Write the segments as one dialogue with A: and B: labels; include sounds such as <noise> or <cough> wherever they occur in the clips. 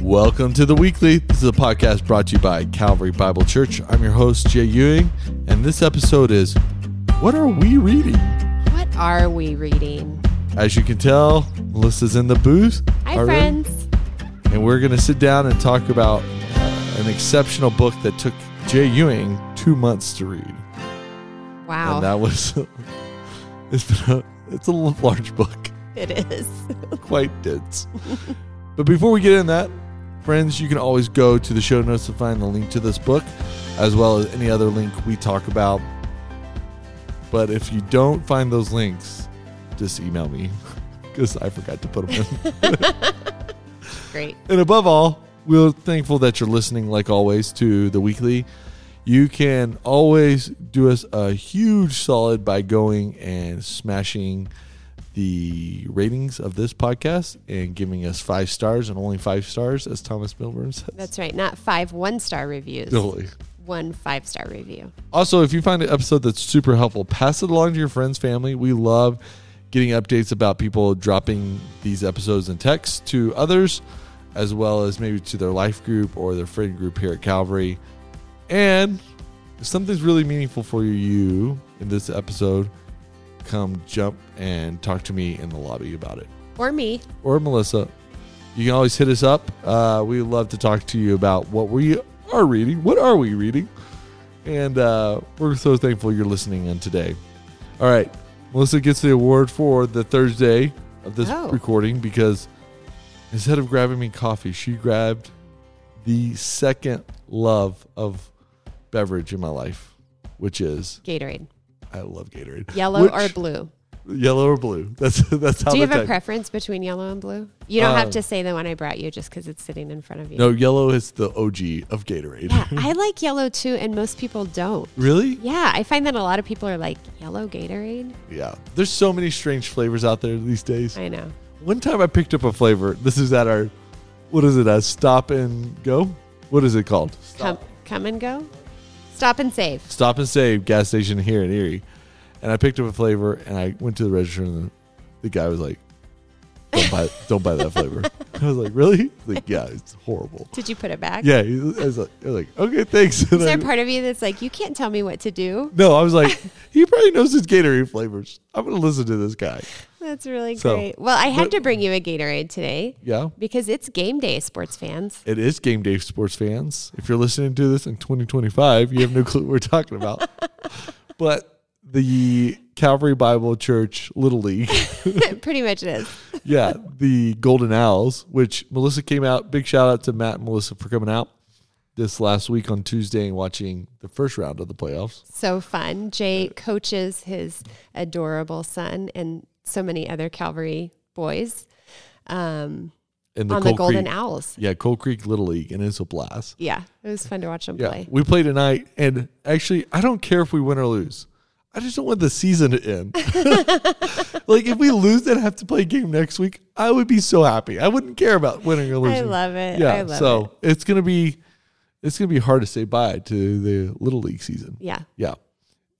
A: Welcome to the weekly. This is a podcast brought to you by Calvary Bible Church. I'm your host, Jay Ewing, and this episode is What Are We Reading?
B: What are we reading?
A: As you can tell, Melissa's in the booth.
B: Hi,
A: already,
B: friends.
A: And we're going to sit down and talk about uh, an exceptional book that took Jay Ewing two months to read.
B: Wow.
A: And that was, <laughs> it's, been a, it's a large book,
B: <laughs> it is.
A: quite dense. <laughs> but before we get into that, friends, you can always go to the show notes to find the link to this book, as well as any other link we talk about. But if you don't find those links, just email me <laughs> because I forgot to put them in.
B: Great.
A: And above all, we're thankful that you're listening, like always, to the weekly. You can always do us a huge solid by going and smashing the ratings of this podcast and giving us five stars and only five stars, as Thomas Milburn says.
B: That's right. Not five one star reviews,
A: Totally.
B: one five star review.
A: Also, if you find an episode that's super helpful, pass it along to your friends, family. We love getting updates about people dropping these episodes in text to others, as well as maybe to their life group or their friend group here at Calvary. And if something's really meaningful for you in this episode, come jump and talk to me in the lobby about it
B: Or me.
A: or Melissa. You can always hit us up. Uh, we love to talk to you about what we are reading. What are we reading? And uh, we're so thankful you're listening in today. All right. Melissa gets the award for the Thursday of this
B: Oh.
A: recording because instead of grabbing me coffee, she grabbed the second love of beverage in my life, which is
B: Gatorade.
A: I love Gatorade.
B: Yellow
A: Which-
B: or blue.
A: Yellow or blue. That's <laughs> that's how
B: Do you
A: the
B: have a
A: tag-
B: preference between yellow and blue? You don't
A: Uh,
B: have to say the one I brought you just because it's sitting in front of you.
A: No, yellow is the OG of Gatorade.
B: Yeah, I like yellow too, and most people don't.
A: <laughs> Really?
B: Yeah, I find that a lot of people are like, yellow Gatorade?
A: Yeah. There's so many strange flavors out there these days.
B: I know.
A: One time I picked up a flavor. This is at our, what is it? A stop and go? What is it called?
B: Come, come and go. Stop and save.
A: Stop and Save gas station here in Erie. And I picked up a flavor and I went to the register and the, the guy was like, don't
B: <laughs>
A: buy, don't buy that flavor. I was like, really? He's like, yeah, it's horrible.
B: Did you put it back?
A: Yeah. he- I was like, I was like okay, thanks. And
B: Is
A: I-
B: there a part of you that's like, you can't tell me what to do?
A: no, I was like, he probably knows his Gatorade flavors. I'm going to listen to this guy.
B: That's really
A: So-
B: great. Well, I had
A: but-
B: to bring you a Gatorade today
A: Yeah.
B: because it's game day,
A: <laughs>
B: sports fans. <laughs>
A: It is game day, sports fans. If you're listening to this in 2025, you have no <laughs> clue what we're talking about.
B: <laughs>
A: But the Calvary Bible Church Little
B: <laughs>
A: League,
B: Pretty much it is.
A: yeah, the Golden Owls, which Melissa came out. Big shout out to Matt and Melissa for coming out this last week on Tuesday and watching the first round of the playoffs.
B: So fun. Jay coaches his adorable son and so many other Calvary boys um,
A: And
B: on the
A: Coal
B: Golden
A: Creek,
B: Owls.
A: yeah, Cold Creek Little League, and it's a blast.
B: Yeah, it was fun to watch them
A: Yeah,
B: play.
A: we play tonight, and actually, I don't care if we win or lose. I just don't want the season to end. <laughs> like if we lose and have to play a game next week, I would be so happy. I wouldn't care about winning or losing.
B: I love it.
A: Yeah,
B: I love
A: so
B: it.
A: it's gonna be it's gonna be hard to say bye to the little league season.
B: Yeah,
A: Yeah.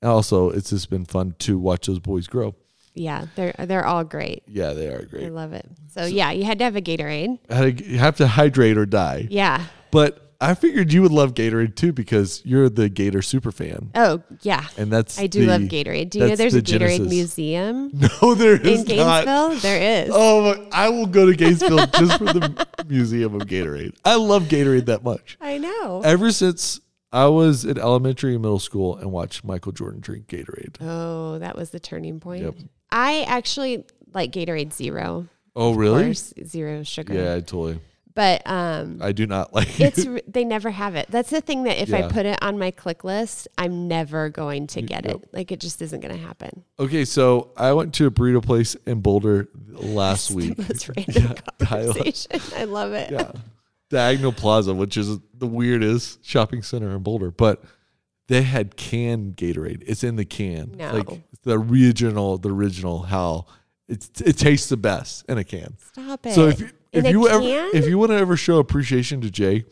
A: And also, it's just been fun to watch those boys grow.
B: yeah, they're they're all great.
A: Yeah, they are
B: I
A: great.
B: love it. So yeah, you had to have a Gatorade.
A: Had to- You have to hydrate or die.
B: Yeah.
A: But I figured you would love Gatorade too because you're the Gator super fan,
B: Oh yeah,
A: and that's
B: I do
A: the-
B: love Gatorade. Do you know
A: that's
B: there's
A: the
B: a Gatorade
A: genesis.
B: museum
A: <laughs> No, there is
B: in
A: not.
B: Gainesville? There is.
A: Oh, my, I will go to Gainesville <laughs> just for the museum of Gatorade. I love Gatorade that much.
B: I know.
A: Ever since I was in elementary and middle school and watched Michael Jordan drink Gatorade.
B: Oh, that was the turning point.
A: Yep.
B: I actually like Gatorade Zero
A: Oh,
B: or
A: really?
B: s- zero sugar,
A: Yeah, I totally.
B: but
A: <laughs>
B: um,
A: I do not like
B: it's r- they never have it. That's the thing that if
A: Yeah.
B: I put it on my click list, I'm never going to get it. Like it just isn't going to happen. <laughs>
A: Okay, so I went to a burrito place in Boulder last week. <laughs>
B: That's random
A: I-
B: conversation. I love it.
A: yeah. Diagonal Plaza, which is the weirdest shopping center in Boulder, but they had canned Gatorade. It's in the can.
B: No.
A: Like it's the original, the original how it's it tastes the best in a can.
B: Stop it.
A: So if you- if
B: In a
A: you ever
B: can?
A: if you want to ever show appreciation to Jay,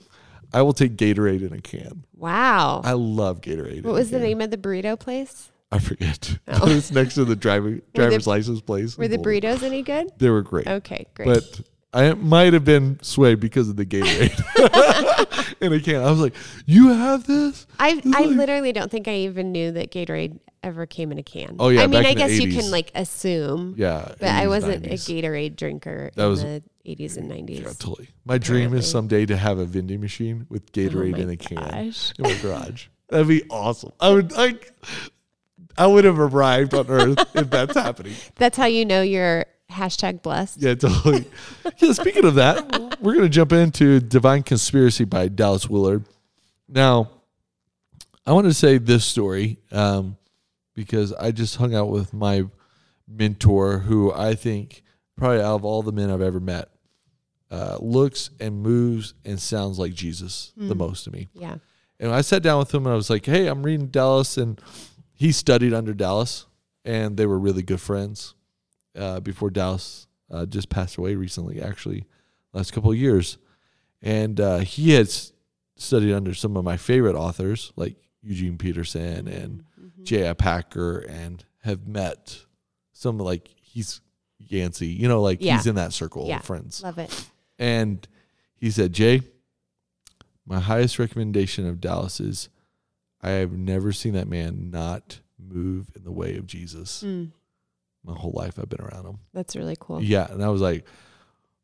A: I will take Gatorade in a can.
B: wow.
A: I love Gatorade. in
B: what
A: a
B: was the
A: can.
B: name of the burrito place?
A: I forget. <laughs> But it's next to the driving driver's license place.
B: Were
A: in
B: the
A: Boulder.
B: burritos any good?
A: They were great.
B: Okay, great.
A: But I I might have been swayed because of the Gatorade <laughs> in a can. I was like, "You have this?"
B: I
A: It's
B: I
A: like-
B: literally don't think I even knew that Gatorade ever came in a can.
A: Oh, yeah,
B: I mean,
A: back
B: I
A: in the
B: guess you
A: 80s.
B: can like assume.
A: Yeah,
B: But I
A: 80s,
B: wasn't
A: 90s.
B: a Gatorade drinker
A: That
B: in
A: was-
B: the 80s and 90s.
A: Yeah, totally. My dream is
B: Apparently.
A: someday to have a vending machine with Gatorade
B: Oh my
A: in a can
B: gosh.
A: in my garage. That'd be awesome. I would like. I would have arrived on Earth if that's happening.
B: That's how you know you're hashtag blessed.
A: Yeah, totally. yeah, speaking of that, we're going to jump into Divine Conspiracy by Dallas Willard. Now, I want to say this story um, because I just hung out with my mentor, who I think probably out of all the men I've ever met, uh, looks and moves and sounds like Jesus the most to me.
B: Yeah.
A: And I sat down with him and I was like, hey, I'm reading Dallas. And he studied under Dallas and they were really good friends uh, before Dallas uh, just passed away recently, actually, last couple of years. And uh, he had s- studied under some of my favorite authors like Eugene Peterson and
B: Mm-hmm.
A: J.I. Packer and have met some like he's Yancey, you know, like
B: Yeah.
A: he's in that circle
B: Yeah.
A: of friends.
B: Love it.
A: And he said, Jay, my highest recommendation of Dallas is I have never seen that man not move in the way of Jesus.
B: Mm,
A: My whole life I've been around him.
B: that's really cool. Yeah.
A: Yeah. And I was like,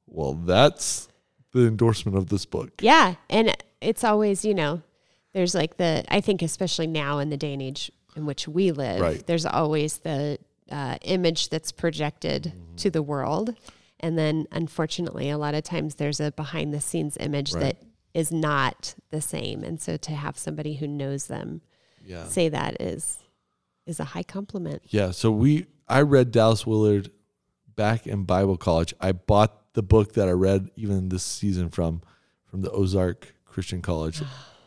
A: well, that's the endorsement of this book.
B: And it's always, you know, there's like the, I think, especially now in the day and age in which we live,
A: Right.
B: there's always the uh, image that's projected
A: Mm-hmm.
B: to the world. And then unfortunately, a lot of times there's a behind the scenes image
A: Right.
B: that is not the same. And so to have somebody who knows them
A: Yeah.
B: say that is is a high compliment.
A: Yeah. So we, I read Dallas Willard back in Bible college. I bought the book that I read even this season from, from the Ozark Christian College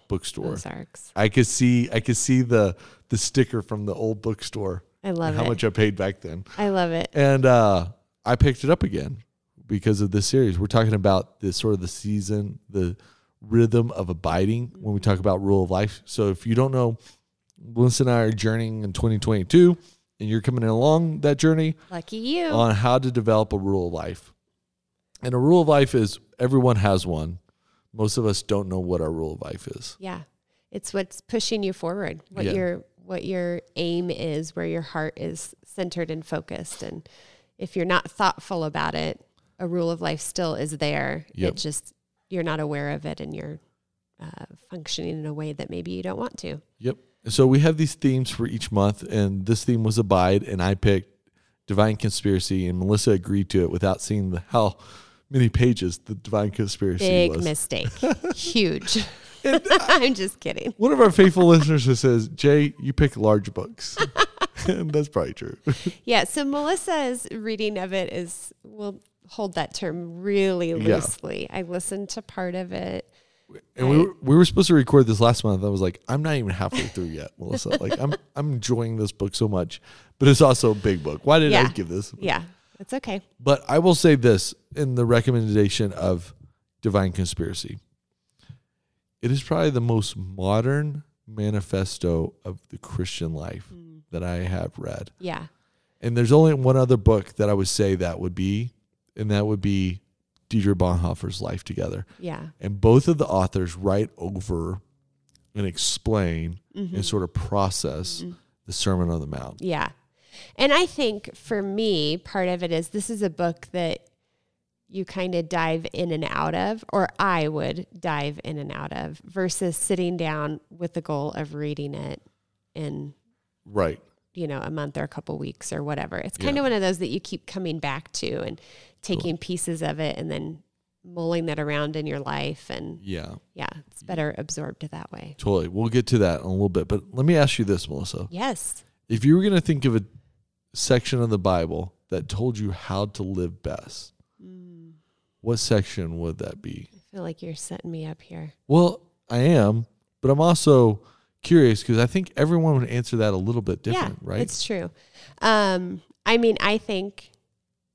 A: bookstore.
B: Ozarks.
A: I could see I could see the the sticker from the old bookstore
B: I love
A: and how
B: it.
A: much I paid back then.
B: I love it.
A: And uh I picked it up again because of this series. We're talking about the sort of the season, the rhythm of abiding when we talk about rule of life. So if you don't know, Melissa and I are journeying in 2022 and you're coming along that journey,
B: Lucky you.
A: on how to develop a rule of life. And a rule of life is everyone has one. Most of us don't know what our rule of life is.
B: yeah. It's what's pushing you forward. What
A: Yeah.
B: your what your aim is, where your heart is centered and focused and if you're not thoughtful about it, a rule of life still is there.
A: Yep.
B: It just you're not aware of it and you're uh, functioning in a way that maybe you don't want to.
A: Yep. So we have these themes for each month, and this theme was abide, and I picked divine conspiracy, and Melissa agreed to it without seeing the, how many pages the divine conspiracy
B: Big
A: was.
B: mistake.
A: <laughs>
B: Huge. <laughs> I'm just kidding.
A: One of our faithful listeners who says, "Jay, you pick large books."
B: <laughs>
A: and that's probably true.
B: Yeah. So Melissa's reading of it is, we'll hold that term really
A: Yeah.
B: loosely. I listened to part of it.
A: And we were, we were supposed to record this last month. I was like, "I'm not even halfway through yet, Melissa. Like, I'm I'm enjoying this book so much, but it's also a big book. Why did I
B: Yeah.
A: give this?
B: Yeah. It's okay.
A: But I will say this in the recommendation of Divine Conspiracy. It is probably the most modern manifesto of the Christian life that I have read.
B: Yeah.
A: And there's only one other book that I would say that would be, and that would be Dietrich Bonhoeffer's Life Together.
B: Yeah.
A: And both of the authors write over and explain and sort of process the Sermon on the Mount.
B: Yeah. And I think for me, part of it is this is a book that you kind of dive in and out of, or I would dive in and out of, versus sitting down with the goal of reading it and
A: Right.
B: you know a month or a couple weeks or whatever it's kind of one of those that you keep coming back to and taking pieces of it and then mulling that around in your life and
A: Yeah.
B: yeah it's better absorbed that way
A: Totally. We'll get to that in a little bit. But let me ask you this, Melissa.
B: yes
A: if you were going to think of a section of the Bible that told you how to live best,
B: Mm.
A: what section would that be?
B: i feel like you're setting me up here
A: Well, I am, but I'm also curious because I think everyone would answer that a little bit different,
B: yeah
A: right?
B: it's true um i mean i think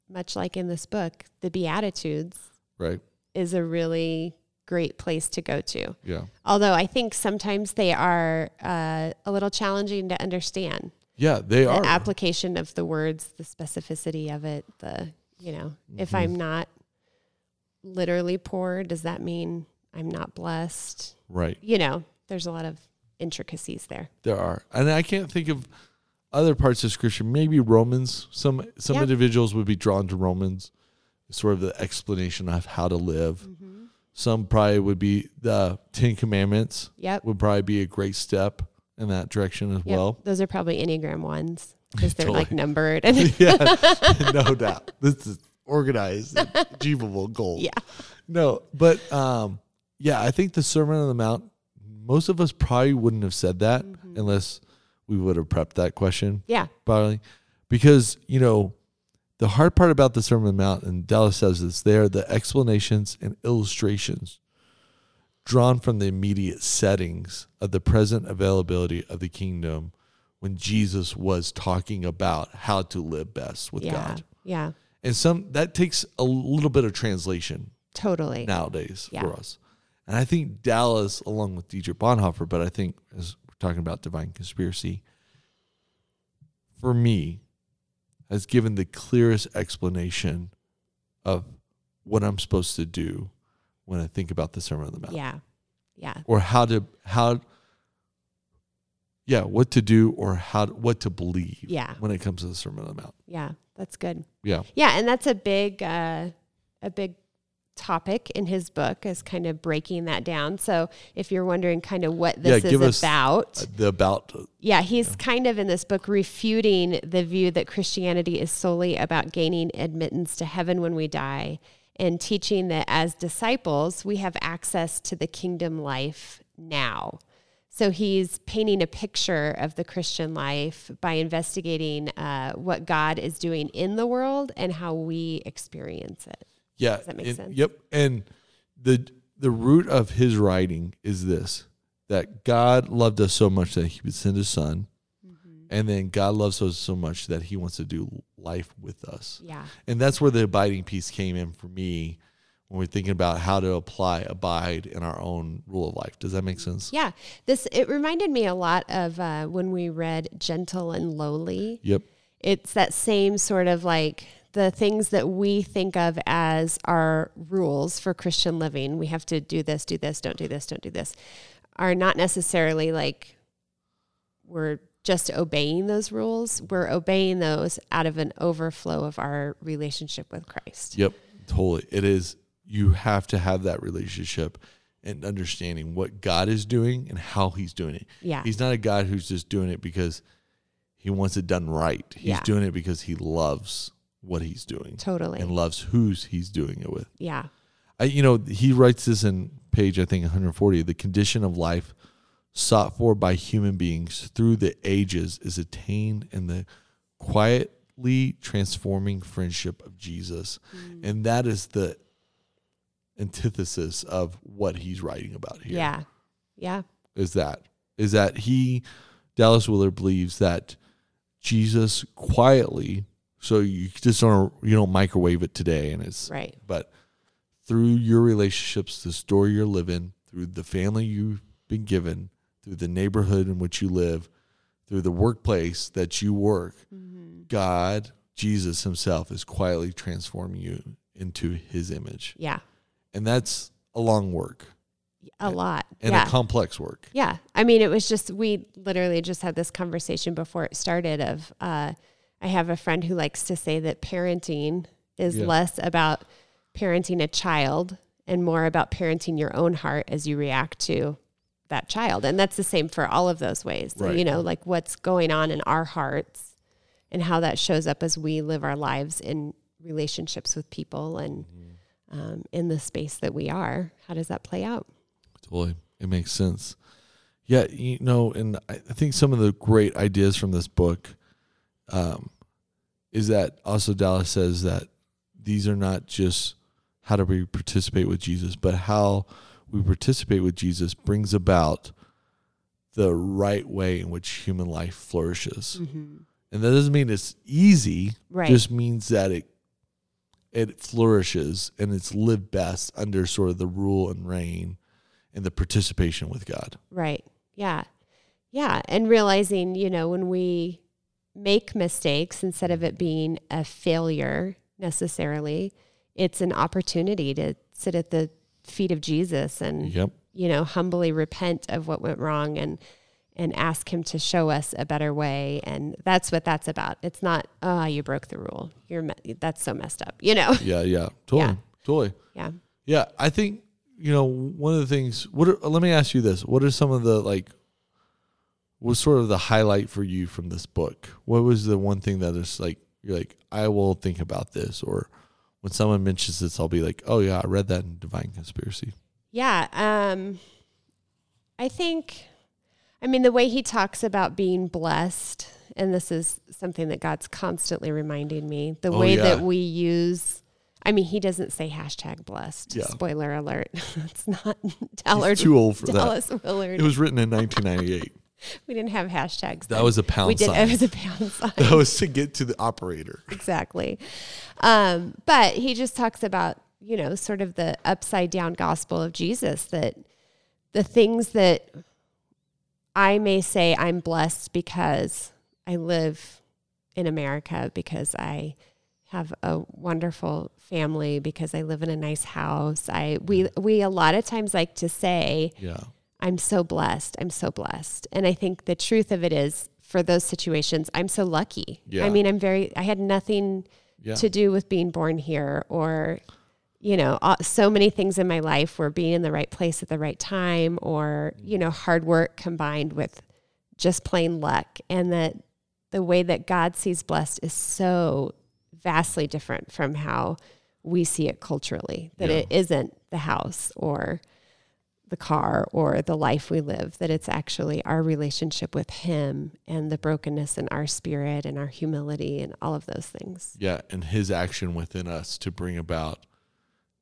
B: much like in this book the beatitudes
A: right.
B: is a really great place to go to
A: Yeah.
B: although i think sometimes they are uh, a little challenging to understand
A: Yeah, they
B: the
A: are.
B: application
A: Mm-hmm.
B: of the words, the specificity of it, the you know, if I'm not literally poor? Does that mean I'm not blessed?
A: Right.
B: You know, there's a lot of intricacies there.
A: There are. And I can't think of other parts of scripture, maybe Romans. Some some
B: Yeah.
A: individuals would be drawn to Romans, sort of the explanation of how to live.
B: Mm-hmm.
A: Some probably would be the Ten Commandments
B: Yep.
A: would probably be a great step in that direction as
B: Yep.
A: well.
B: <laughs> those are probably Enneagram ones because they're like
A: Totally. <laughs>
B: numbered. And <laughs>
A: yeah, no doubt. This is organized,
B: <laughs>
A: and achievable goal.
B: Yeah.
A: No, but um, yeah, I think the Sermon on the Mount. Most of us probably wouldn't have said that
B: Mm-hmm.
A: unless we would have prepped that question,
B: yeah.
A: probably, because you know, the hard part about the Sermon on the Mount, and Dallas says this, there are the explanations and illustrations drawn from the immediate settings of the present availability of the kingdom when Jesus was talking about how to live best with
B: Yeah.
A: God.
B: Yeah.
A: And some that takes a little bit of translation
B: Totally.
A: nowadays
B: Yeah.
A: for us. And I think Dallas, along with Dietrich Bonhoeffer, but I think as we're talking about divine conspiracy, for me, has given the clearest explanation of what I'm supposed to do when I think about the Sermon on the Mount,
B: Yeah. Yeah.
A: or how to how, yeah, what to do or how what to believe
B: Yeah.
A: when it comes to the Sermon on the Mount.
B: Yeah. That's good.
A: Yeah,
B: Yeah, and that's a big uh, a big topic in his book is kind of breaking that down. So if you're wondering kind of what this
A: Yeah, give
B: is
A: us-
B: about,
A: Uh, the about
B: yeah, he's kind of in this book refuting the view that Christianity is solely about gaining admittance to heaven when we die and teaching that as disciples, we have access to the kingdom life now. So he's painting a picture of the Christian life by investigating uh, what God is doing in the world and how we experience it.
A: Yeah.
B: that make
A: and-
B: sense?
A: Yep. And the the root of his writing is this that God loved us so much that he would send his son.
B: Mm-hmm.
A: And then God loves us so much that he wants to do life with us.
B: Yeah.
A: And that's where the abiding piece came in for me when we're thinking about how to apply abide in our own rule of life. Does that make sense?
B: Yeah. This, it reminded me a lot of uh, when we read Gentle and Lowly.
A: Yep.
B: it's that same sort of like the things that we think of as our rules for Christian living. We have to do this, do this, don't do this, don't do this, are not necessarily like we're just obeying those rules. We're obeying those out of an overflow of our relationship with Christ.
A: Yep. Totally. It is you have to have that relationship and understanding what God is doing and how he's doing it.
B: Yeah.
A: He's not a guy who's just doing it because he wants it done right. He's
B: Yeah.
A: doing it because he loves what he's doing and
B: Totally.
A: loves who's he's doing it with.
B: Yeah.
A: I, you know, he writes this in page I think 140. The condition of life sought for by human beings through the ages is attained in the quietly transforming friendship of Jesus,
B: Mm.
A: and that is the antithesis of what he's writing about here
B: Yeah. Yeah.
A: is that is that he Dallas Willard believes that Jesus quietly so you just don't you don't microwave it today and it's
B: Right.
A: but through your relationships the story you're living through the family you've been given through the neighborhood in which you live through the workplace that you work
B: Mm-hmm.
A: God Jesus himself is quietly transforming you into his image
B: Yeah.
A: and that's a long work
B: A lot.
A: and
B: yeah.
A: a complex work
B: Yeah. I mean, it was just, we literally just had this conversation before it started of, uh, I have a friend who likes to say that parenting is
A: Yeah.
B: less about parenting a child and more about parenting your own heart as you react to that child. And that's the same for all of those ways. So,
A: Right.
B: You know, like what's going on in our hearts and how that shows up as we live our lives in relationships with people and
A: Mm-hmm.
B: um, in the space that we are. How does that play out?
A: Totally. It makes sense. Yeah, you know, and I I think some of the great ideas from this book um, is that also Dallas says that these are not just how do we participate with Jesus, but how we participate with Jesus brings about the right way in which human life flourishes. And that doesn't mean it's easy,
B: Right.
A: just means that it it flourishes and it's lived best under sort of the rule and reign and the participation with God.
B: Right. Yeah. Yeah. And realizing, you know, when we make mistakes, instead of it being a failure necessarily, it's an opportunity to sit at the feet of Jesus and
A: Yep.
B: you know humbly repent of what went wrong and and ask him to show us a better way and that's what that's about. It's not oh you broke the rule. You're me- that's so messed up. You know. <laughs>
A: Yeah. Yeah. Totally.
B: Yeah.
A: Totally.
B: Yeah.
A: Yeah. I think, you know, one of the things, what are, let me ask you this. What are some of the, like, was sort of the highlight for you from this book? What was the one thing that is like, you're like, I will think about this? Or when someone mentions this, I'll be like, oh, yeah, I read that in Divine Conspiracy.
B: Yeah. Um, I think, I mean, the way he talks about being blessed, and this is something that God's constantly reminding me, the
A: Oh,
B: way
A: yeah.
B: that we use. I mean, he doesn't say hashtag blessed.
A: Yeah.
B: Spoiler alert. <laughs> it's not Dallard.
A: He's too old for that.
B: Dallas Willard.
A: It was written in 1998.
B: we didn't have hashtags.
A: That
B: then.
A: was a pound
B: we did.
A: sign.
B: It <laughs> was a pound sign.
A: that was to get to the operator.
B: exactly. Um, but he just talks about, you know, sort of the upside down gospel of Jesus that the things that I may say I'm blessed because I live in America, because I have a wonderful family, because I live in a nice house. I we we a lot of times like to say,
A: Yeah.
B: I'm so blessed. I'm so blessed. And I think the truth of it is for those situations, I'm so lucky.
A: Yeah.
B: I mean, I'm very, I had nothing
A: Yeah.
B: to do with being born here or, you know, all, so many things in my life were being in the right place at the right time or, you know, hard work combined with just plain luck. And that the way that God sees blessed is so vastly different from how we see it culturally, that
A: Yeah.
B: it isn't the house or, the car or the life we live, that it's actually our relationship with Him and the brokenness in our spirit and our humility and all of those things.
A: Yeah. And his action within us to bring about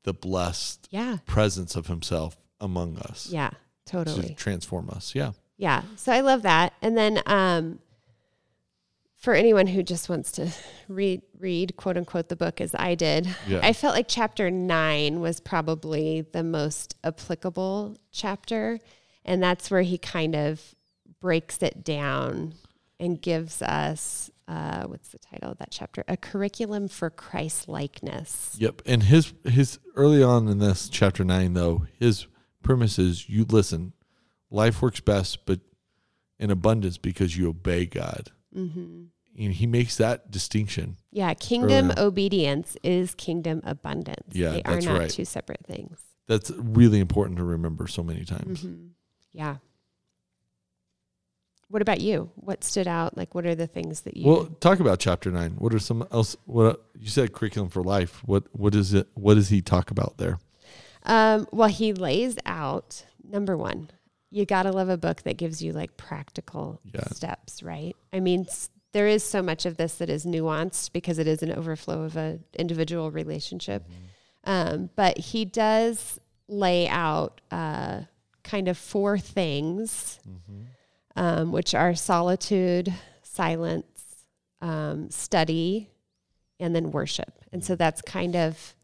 A: the blessed
B: Yeah.
A: presence of himself among us
B: Yeah. Totally.
A: to transform us. Yeah.
B: Yeah. So I love that. And then um, for anyone who just wants to read, read quote unquote, the book as I did,
A: Yeah.
B: I felt like chapter nine was probably the most applicable chapter. And that's where he kind of breaks it down and gives us uh, what's the title of that chapter? A curriculum for Christ likeness.
A: Yep. And his his early on in this chapter nine though, his premise is you listen. Life works best but in abundance because you obey God.
B: hmm
A: And he makes that distinction.
B: Yeah, kingdom
A: Earlier.
B: obedience is kingdom abundance.
A: Yeah,
B: they are
A: that's
B: not
A: right.
B: two separate things.
A: That's really important to remember so many times.
B: Mm-hmm. Yeah. What about you? What stood out? Like, what are the things that you?
A: Well, talk about chapter nine. What are some else? What you said, curriculum for life. What what is it? What does he talk about there?
B: um, well, he lays out number one. You gotta love a book that gives you like practical
A: Yeah.
B: steps, right? I mean, s- there is so much of this that is nuanced because it is an overflow of a individual relationship.
A: Mm-hmm.
B: Um, but he does lay out uh, kind of four things um, which are solitude, silence, um, study, and then worship. And so that's kind of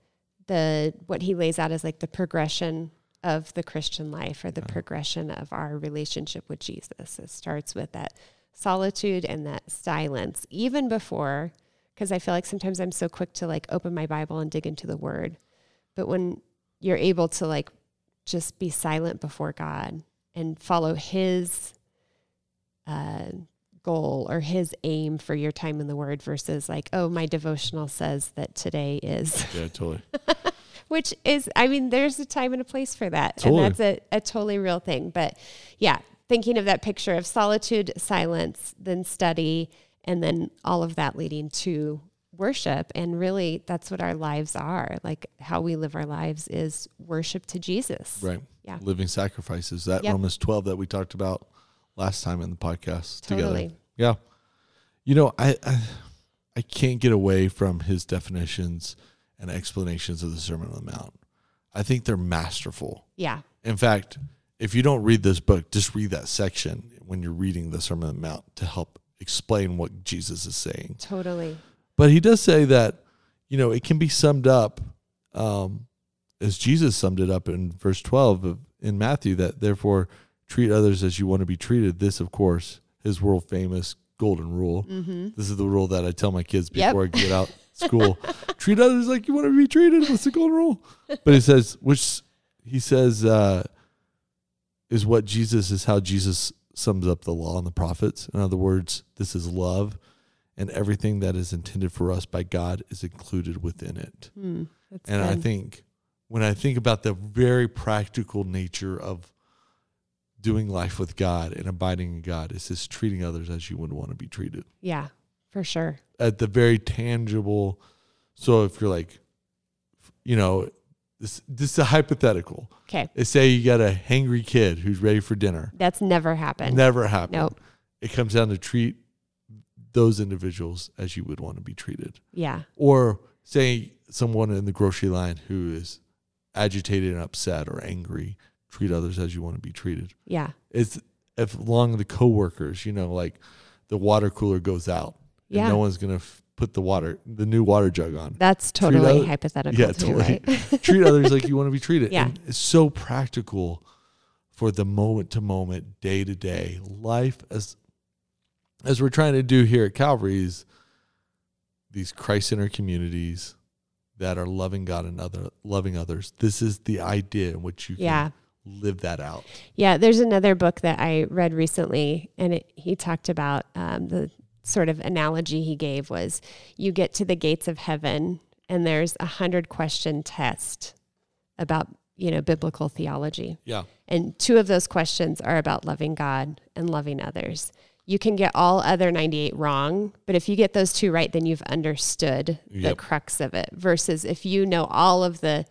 B: the what he lays out as like the progression of the Christian life or the progression of our relationship with Jesus. It starts with that solitude and that silence, even before, because I feel like sometimes I'm so quick to like open my Bible and dig into the Word, but when you're able to like just be silent before God and follow His uh, goal or his aim for your time in the word versus like oh my devotional says that today is <laughs>
A: Yeah, totally.
B: which is i mean there's a time and a place for that
A: Totally.
B: and that's a, a totally real thing but yeah thinking of that picture of solitude silence then study and then all of that leading to worship and really that's what our lives are like how we live our lives is worship to jesus
A: Right.
B: Yeah.
A: Living sacrifices. That
B: Yep.
A: Romans 12 that we talked about last time in the podcast together.
B: Totally.
A: Yeah. You know, I, I I can't get away from his definitions and explanations of the Sermon on the Mount. I think they're masterful.
B: yeah
A: In fact, if you don't read this book, just read that section when you're reading the Sermon on the Mount to help explain what Jesus is saying.
B: totally
A: But he does say that, you know, it can be summed up um, as Jesus summed it up in verse 12 of, in Matthew that therefore treat others as you want to be treated. This, of course, his world famous golden rule.
B: mm-hmm
A: This is the rule that I tell my kids
B: Yep. <laughs>
A: before I get out school. treat others like you want to be treated. What's the golden rule? But he says, which he says uh, is what Jesus is how Jesus sums up the law and the prophets. In other words, this is love, and everything that is intended for us by God is included within it.
B: Hmm, that's
A: And I
B: good.
A: think when I think about the very practical nature of doing life with God and abiding in God, it's just treating others as you would want to be treated
B: yeah, for sure.
A: at the very tangible. So if you're like, you know, this, this is a hypothetical.
B: Okay,
A: They say you got a hangry kid who's ready for dinner.
B: that's never happened.
A: Never happened.
B: Nope.
A: It comes down to treat those individuals as you would want to be treated.
B: Yeah,
A: Or say someone in the grocery line who is agitated and upset or angry, treat others as you want to be treated.
B: yeah,
A: It's if along the coworkers, you know, like the water cooler goes out and
B: yeah.
A: no one's gonna f- put the water, the new water jug on.
B: that's totally
A: other-
B: hypothetical.
A: Yeah,
B: too,
A: totally. <laughs>
B: Right? <laughs>
A: Treat others like you want to be treated.
B: Yeah.
A: And it's so practical for the moment to moment, day to day life as as we're trying to do here at Calvary is these Christ centered communities that are loving God and other loving others. This is the idea in which you
B: yeah.
A: can live that out.
B: Yeah, there's another book that I read recently, and it, he talked about um, the sort of analogy he gave was you get to the gates of heaven, and there's a hundred question test about you know biblical theology,
A: Yeah.
B: and two of those questions are about loving God and loving others. You can get all other 98 wrong, but if you get those two right, then you've understood the
A: Yep.
B: crux of it. Versus if you know all of the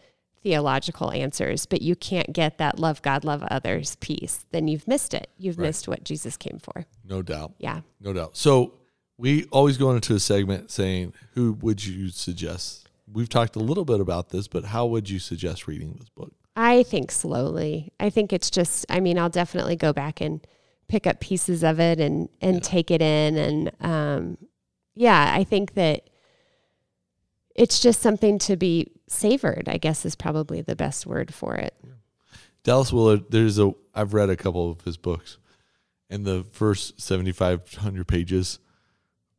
B: theological answers, but you can't get that love God, love others piece, then you've missed it. You've
A: Right.
B: missed what Jesus came for.
A: No doubt.
B: Yeah.
A: No doubt. So we always go into a segment saying, "Who would you suggest?" We've talked a little bit about this, but how would you suggest reading this book?
B: I think slowly. I think it's just I mean, I'll definitely go back and pick up pieces of it and and take it in and um yeah, I think that it's just something to be savored, I guess is probably the best word for it.
A: Dallas Willard. There's a. I've read a couple of his books, and the first 7,500 pages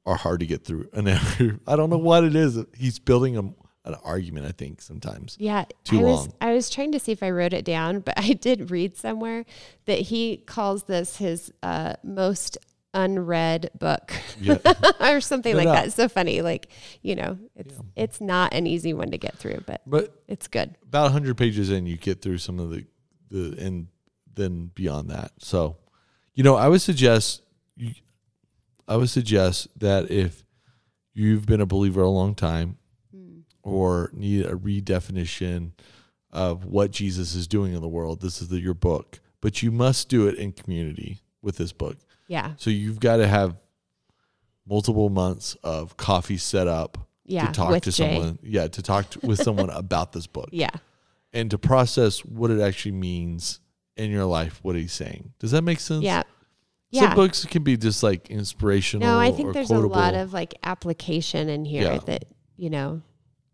A: are hard to get through. And every, I don't know what it is. He's building a, an argument. I think
B: <laughs>
A: sometimes.
B: Yeah.
A: Too
B: I was
A: long.
B: I was trying to see if I wrote it down, but <laughs> I did read somewhere that he calls this his uh most unread book <laughs>
A: Yeah.
B: or something
A: No
B: like
A: doubt.
B: that. so funny. Like, you know, it's it's not an easy one to get through, but
A: but
B: it's good.
A: about 100 pages in you get through some of the the and then beyond that so you know i would suggest you- i would suggest that if you've been a believer a long time
B: Hmm.
A: or need a redefinition of what jesus is doing in the world this is the, your book but you must do it in community with this book
B: Yeah.
A: so you've got to have multiple months of coffee set up
B: Yeah.
A: to talk
B: with
A: to
B: Jay.
A: someone yeah to talk to, with
B: <laughs>
A: someone about this book
B: Yeah.
A: and to process what it actually means in your life, what he's saying. Does that make sense?
B: Yeah.
A: Some
B: Yeah.
A: books can be just like inspirational.
B: no, I think
A: or
B: there's
A: quotable.
B: a lot of like application in here
A: Yeah.
B: that, you know,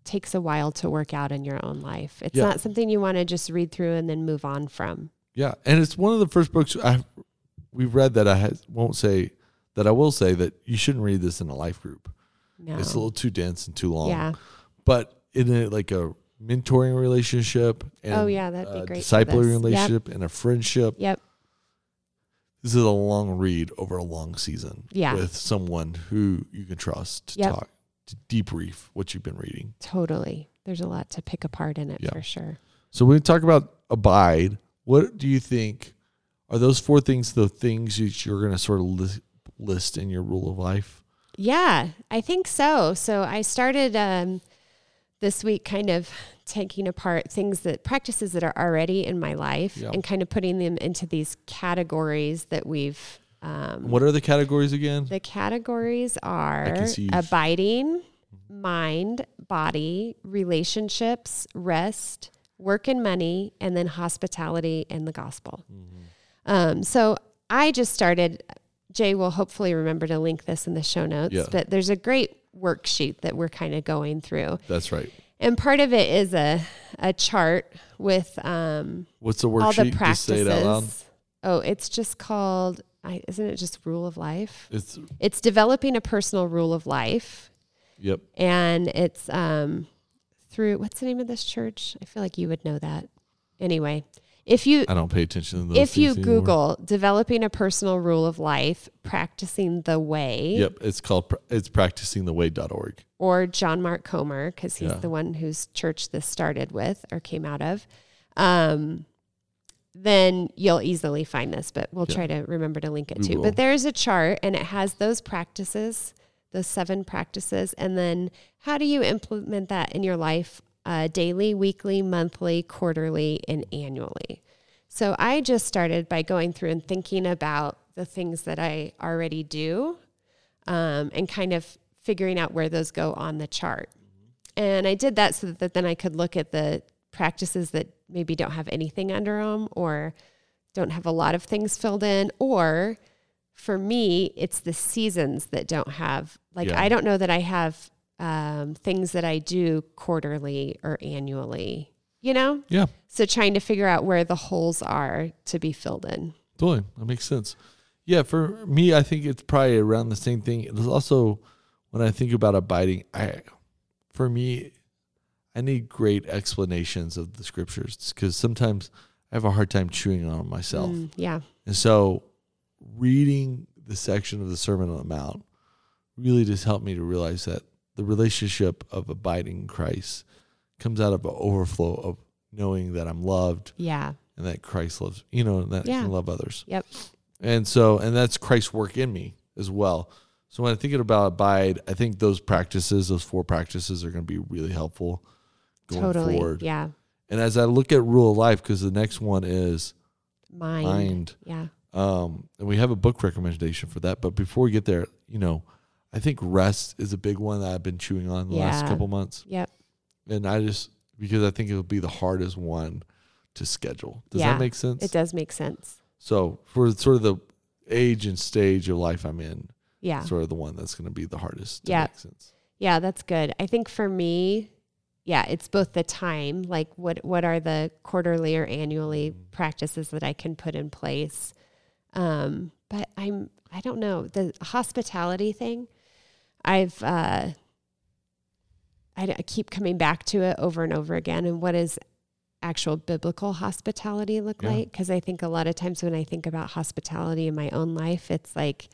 B: takes a while to work out in your own life. It's
A: Yeah.
B: not something you want to just read through and then move on from.
A: yeah, and it's one of the first books I we read that I had, won't say that I will say that you shouldn't read this in a life group.
B: No.
A: It's a little too dense and too long.
B: yeah.
A: but in a, like a mentoring relationship. And,
B: Oh, yeah, that'd be great for
A: Discipling
B: this. Yep.
A: relationship and a friendship.
B: Yep.
A: This is a long read over a long season.
B: Yeah.
A: with someone who you can trust to
B: Yep.
A: talk to debrief what you've been reading.
B: Totally. There's a lot to pick apart in it
A: Yeah.
B: for sure.
A: So when we talk about abide, what do you think are those four things the things that you're going to sort of list, list in your rule of life?
B: Yeah, I think so. So I started um, this week kind of taking apart things that practices that are already in my life
A: Yeah.
B: and kind of putting them into these categories that we've. Um,
A: What are the categories again?
B: The categories are
A: see mm-hmm. you've-
B: abiding, mind, body, relationships, rest, work and money, and then hospitality and the gospel.
A: Mm-hmm.
B: Um, so I just started. Jay will hopefully remember to link this in the show notes,
A: Yeah.
B: but there's a great worksheet that we're kind of going through.
A: That's right.
B: And part of it is a, a chart with um,
A: What's the
B: all the
A: worksheet? Just say
B: practices.
A: it out loud.
B: Oh, it's just called, I, isn't it just rule of life?
A: It's
B: it's developing a personal rule of life
A: yep.
B: and it's um through what's the name of this church? I feel like you would know that. Anyway, if you
A: I don't pay attention to those.
B: if you
A: things anymore.
B: Google developing a personal rule of life, practicing the way,
A: Yep, it's called pra- it's practicingtheway.org.
B: or John Mark Comer, because he's
A: Yeah.
B: the one whose church this started with or came out of, um, then you'll easily find this, but we'll
A: Yeah.
B: try to remember to link it
A: We
B: too.
A: will.
B: But there's a chart and it has those practices, those seven practices, and then how do you implement that in your life uh, daily, weekly, monthly, quarterly, and annually? So I just started by going through and thinking about the things that I already do um, and kind of figuring out where those go on the chart. And I did that so that then I could look at the practices that maybe don't have anything under them or don't have a lot of things filled in. Or for me, it's the seasons that don't have, like,
A: Yeah.
B: I don't know that I have um, things that I do quarterly or annually, you know?
A: Yeah,
B: So trying to figure out where the holes are to be filled in.
A: totally. That makes sense. Yeah, for me, I think it's probably around the same thing. It's also when I think about abiding, I for me, I need great explanations of the scriptures because sometimes I have a hard time chewing on 'em myself.
B: Mm, yeah.
A: And so reading the section of the Sermon on the Mount really just helped me to realize that the relationship of abiding in Christ comes out of an overflow of knowing that I'm loved
B: Yeah.
A: and that Christ loves, you know, and that I
B: Yeah.
A: can love others.
B: Yep.
A: And so, and that's Christ's work in me as well. So when I'm thinking about abide, I think those practices, those four practices are going to be really helpful going
B: Totally.
A: forward.
B: Yeah.
A: And as I look at rule of life, because the next one is
B: Mind.
A: mind.
B: Yeah.
A: Um, and we have a book recommendation for that. But before we get there, you know, I think rest is a big one that I've been chewing on the last
B: Yeah.
A: couple months.
B: Yep.
A: And I just, because I think it'll be the hardest one to schedule. Does
B: Yeah,
A: that make sense?
B: It does make sense.
A: So, for sort of the age and stage of life I'm in,
B: Yeah.
A: sort of the one that's going to be the hardest to
B: Yeah.
A: make sense.
B: Yeah, that's good. I think for me, yeah, it's both the time, like what what are the quarterly or annually practices that I can put in place. Um, but I'm I don't know, the hospitality thing. I've uh I, d- I keep coming back to it over and over again and what is actual biblical hospitality look
A: Yeah.
B: like because I think a lot of times when I think about hospitality in my own life, it's like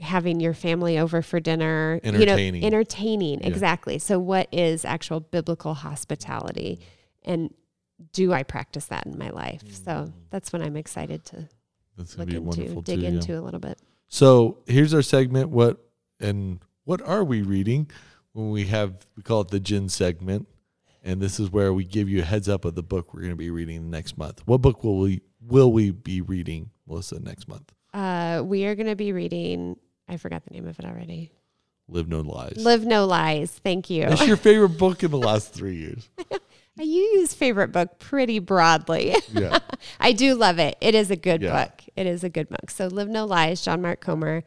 B: having your family over for dinner,
A: Entertaining.
B: you know, entertaining.
A: Yeah.
B: Exactly. So what is actual biblical hospitality and do I practice that in my life? So that's when I'm excited to
A: That's going
B: look
A: to Mm. be
B: into,
A: wonderful
B: dig
A: too. yeah.
B: into a little bit.
A: So here's our segment. What and what are we reading? When we have we call it the gin segment, and this is where we give you a heads up of the book we're going to be reading next month. What book will we will we be reading, Melissa, next month?
B: Uh, we are going to be reading, I forgot the name of it already.
A: Live No Lies.
B: Live No Lies. Thank you.
A: That's your favorite book in the last three years.
B: <laughs> You use favorite book pretty broadly. <laughs>
A: Yeah,
B: I do love it. It is a good
A: Yeah.
B: book. It is a good book. So Live No Lies, John Mark Comer.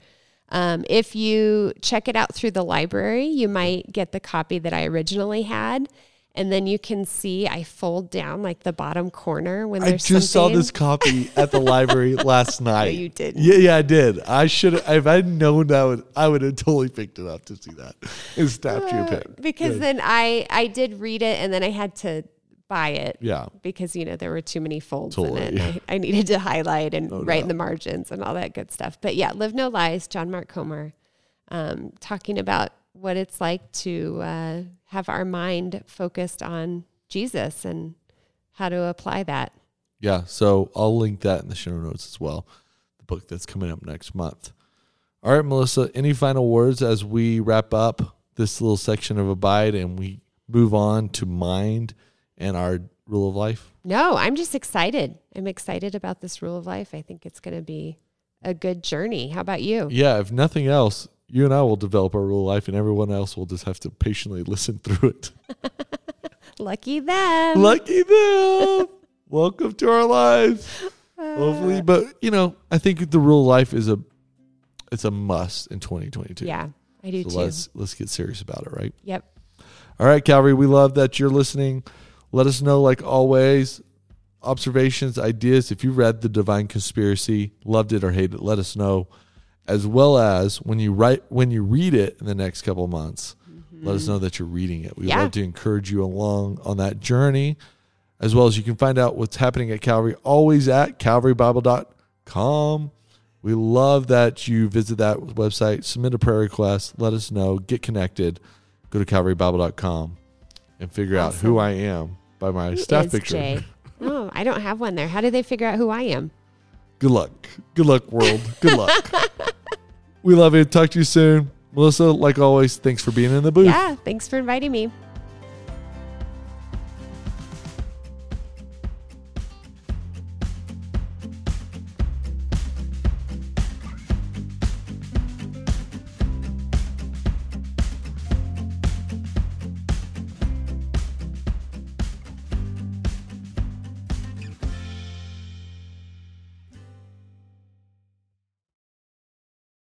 B: Um, if you check it out through the library, you might get the copy that I originally had. And then you can see I fold down like the bottom corner when
A: I
B: there's
A: just saw
B: something.
A: this copy at the
B: <laughs>
A: library last night.
B: you didn't.
A: Yeah, yeah, I did. I should. If I'd known, I would. I would have totally picked it up to see that <laughs> and snapped you a pic.
B: because then I I did read it and then I had to buy it
A: Yeah.
B: because you know there were too many folds
A: Totally, Oh,
B: in it. and I, I needed to highlight and write in the margins and all that good stuff. But yeah, live no lies. John Mark Comer um, talking about what it's like to uh, have our mind focused on Jesus and how to apply that.
A: Yeah, so I'll link that in the show notes as well. The book that's coming up next month. All right, Melissa, any final words as we wrap up this little section of Abide and we move on to mind and our rule of life?
B: No, I'm just excited. I'm excited about this rule of life. I think it's going to be a good journey. How about you?
A: Yeah, if nothing else, you and I will develop our rule of life and everyone else will just have to patiently <laughs> listen through it.
B: Lucky them.
A: Lucky them. Welcome to our lives. Hopefully, but you know, I think the rule of life is a it's a must in 2022.
B: Yeah, I do
A: So
B: too.
A: let's let's get serious about it, right?
B: Yep.
A: All right, Calvary, we love that you're listening. Let us know, like always, observations, ideas. If you read The Divine Conspiracy, loved it or hated it, let us know. As well as when you write when you read it in the next couple of months, let us know that you're reading it. We
B: Yeah.
A: love to encourage you along on that journey, as well as you can find out what's happening at Calvary always at calvarybible.com. We love that you visit that website, submit a prayer request, let us know, get connected, go to calvarybible.com and figure out who I am by my staff
B: Is
A: picture.
B: Jay. No, I don't have one there. How do they figure out who I am?
A: Good luck. Good luck, world. Good
B: <laughs>
A: luck. we love you. Talk to you soon. Melissa, like always, thanks for being in the booth.
B: Yeah, thanks for inviting me.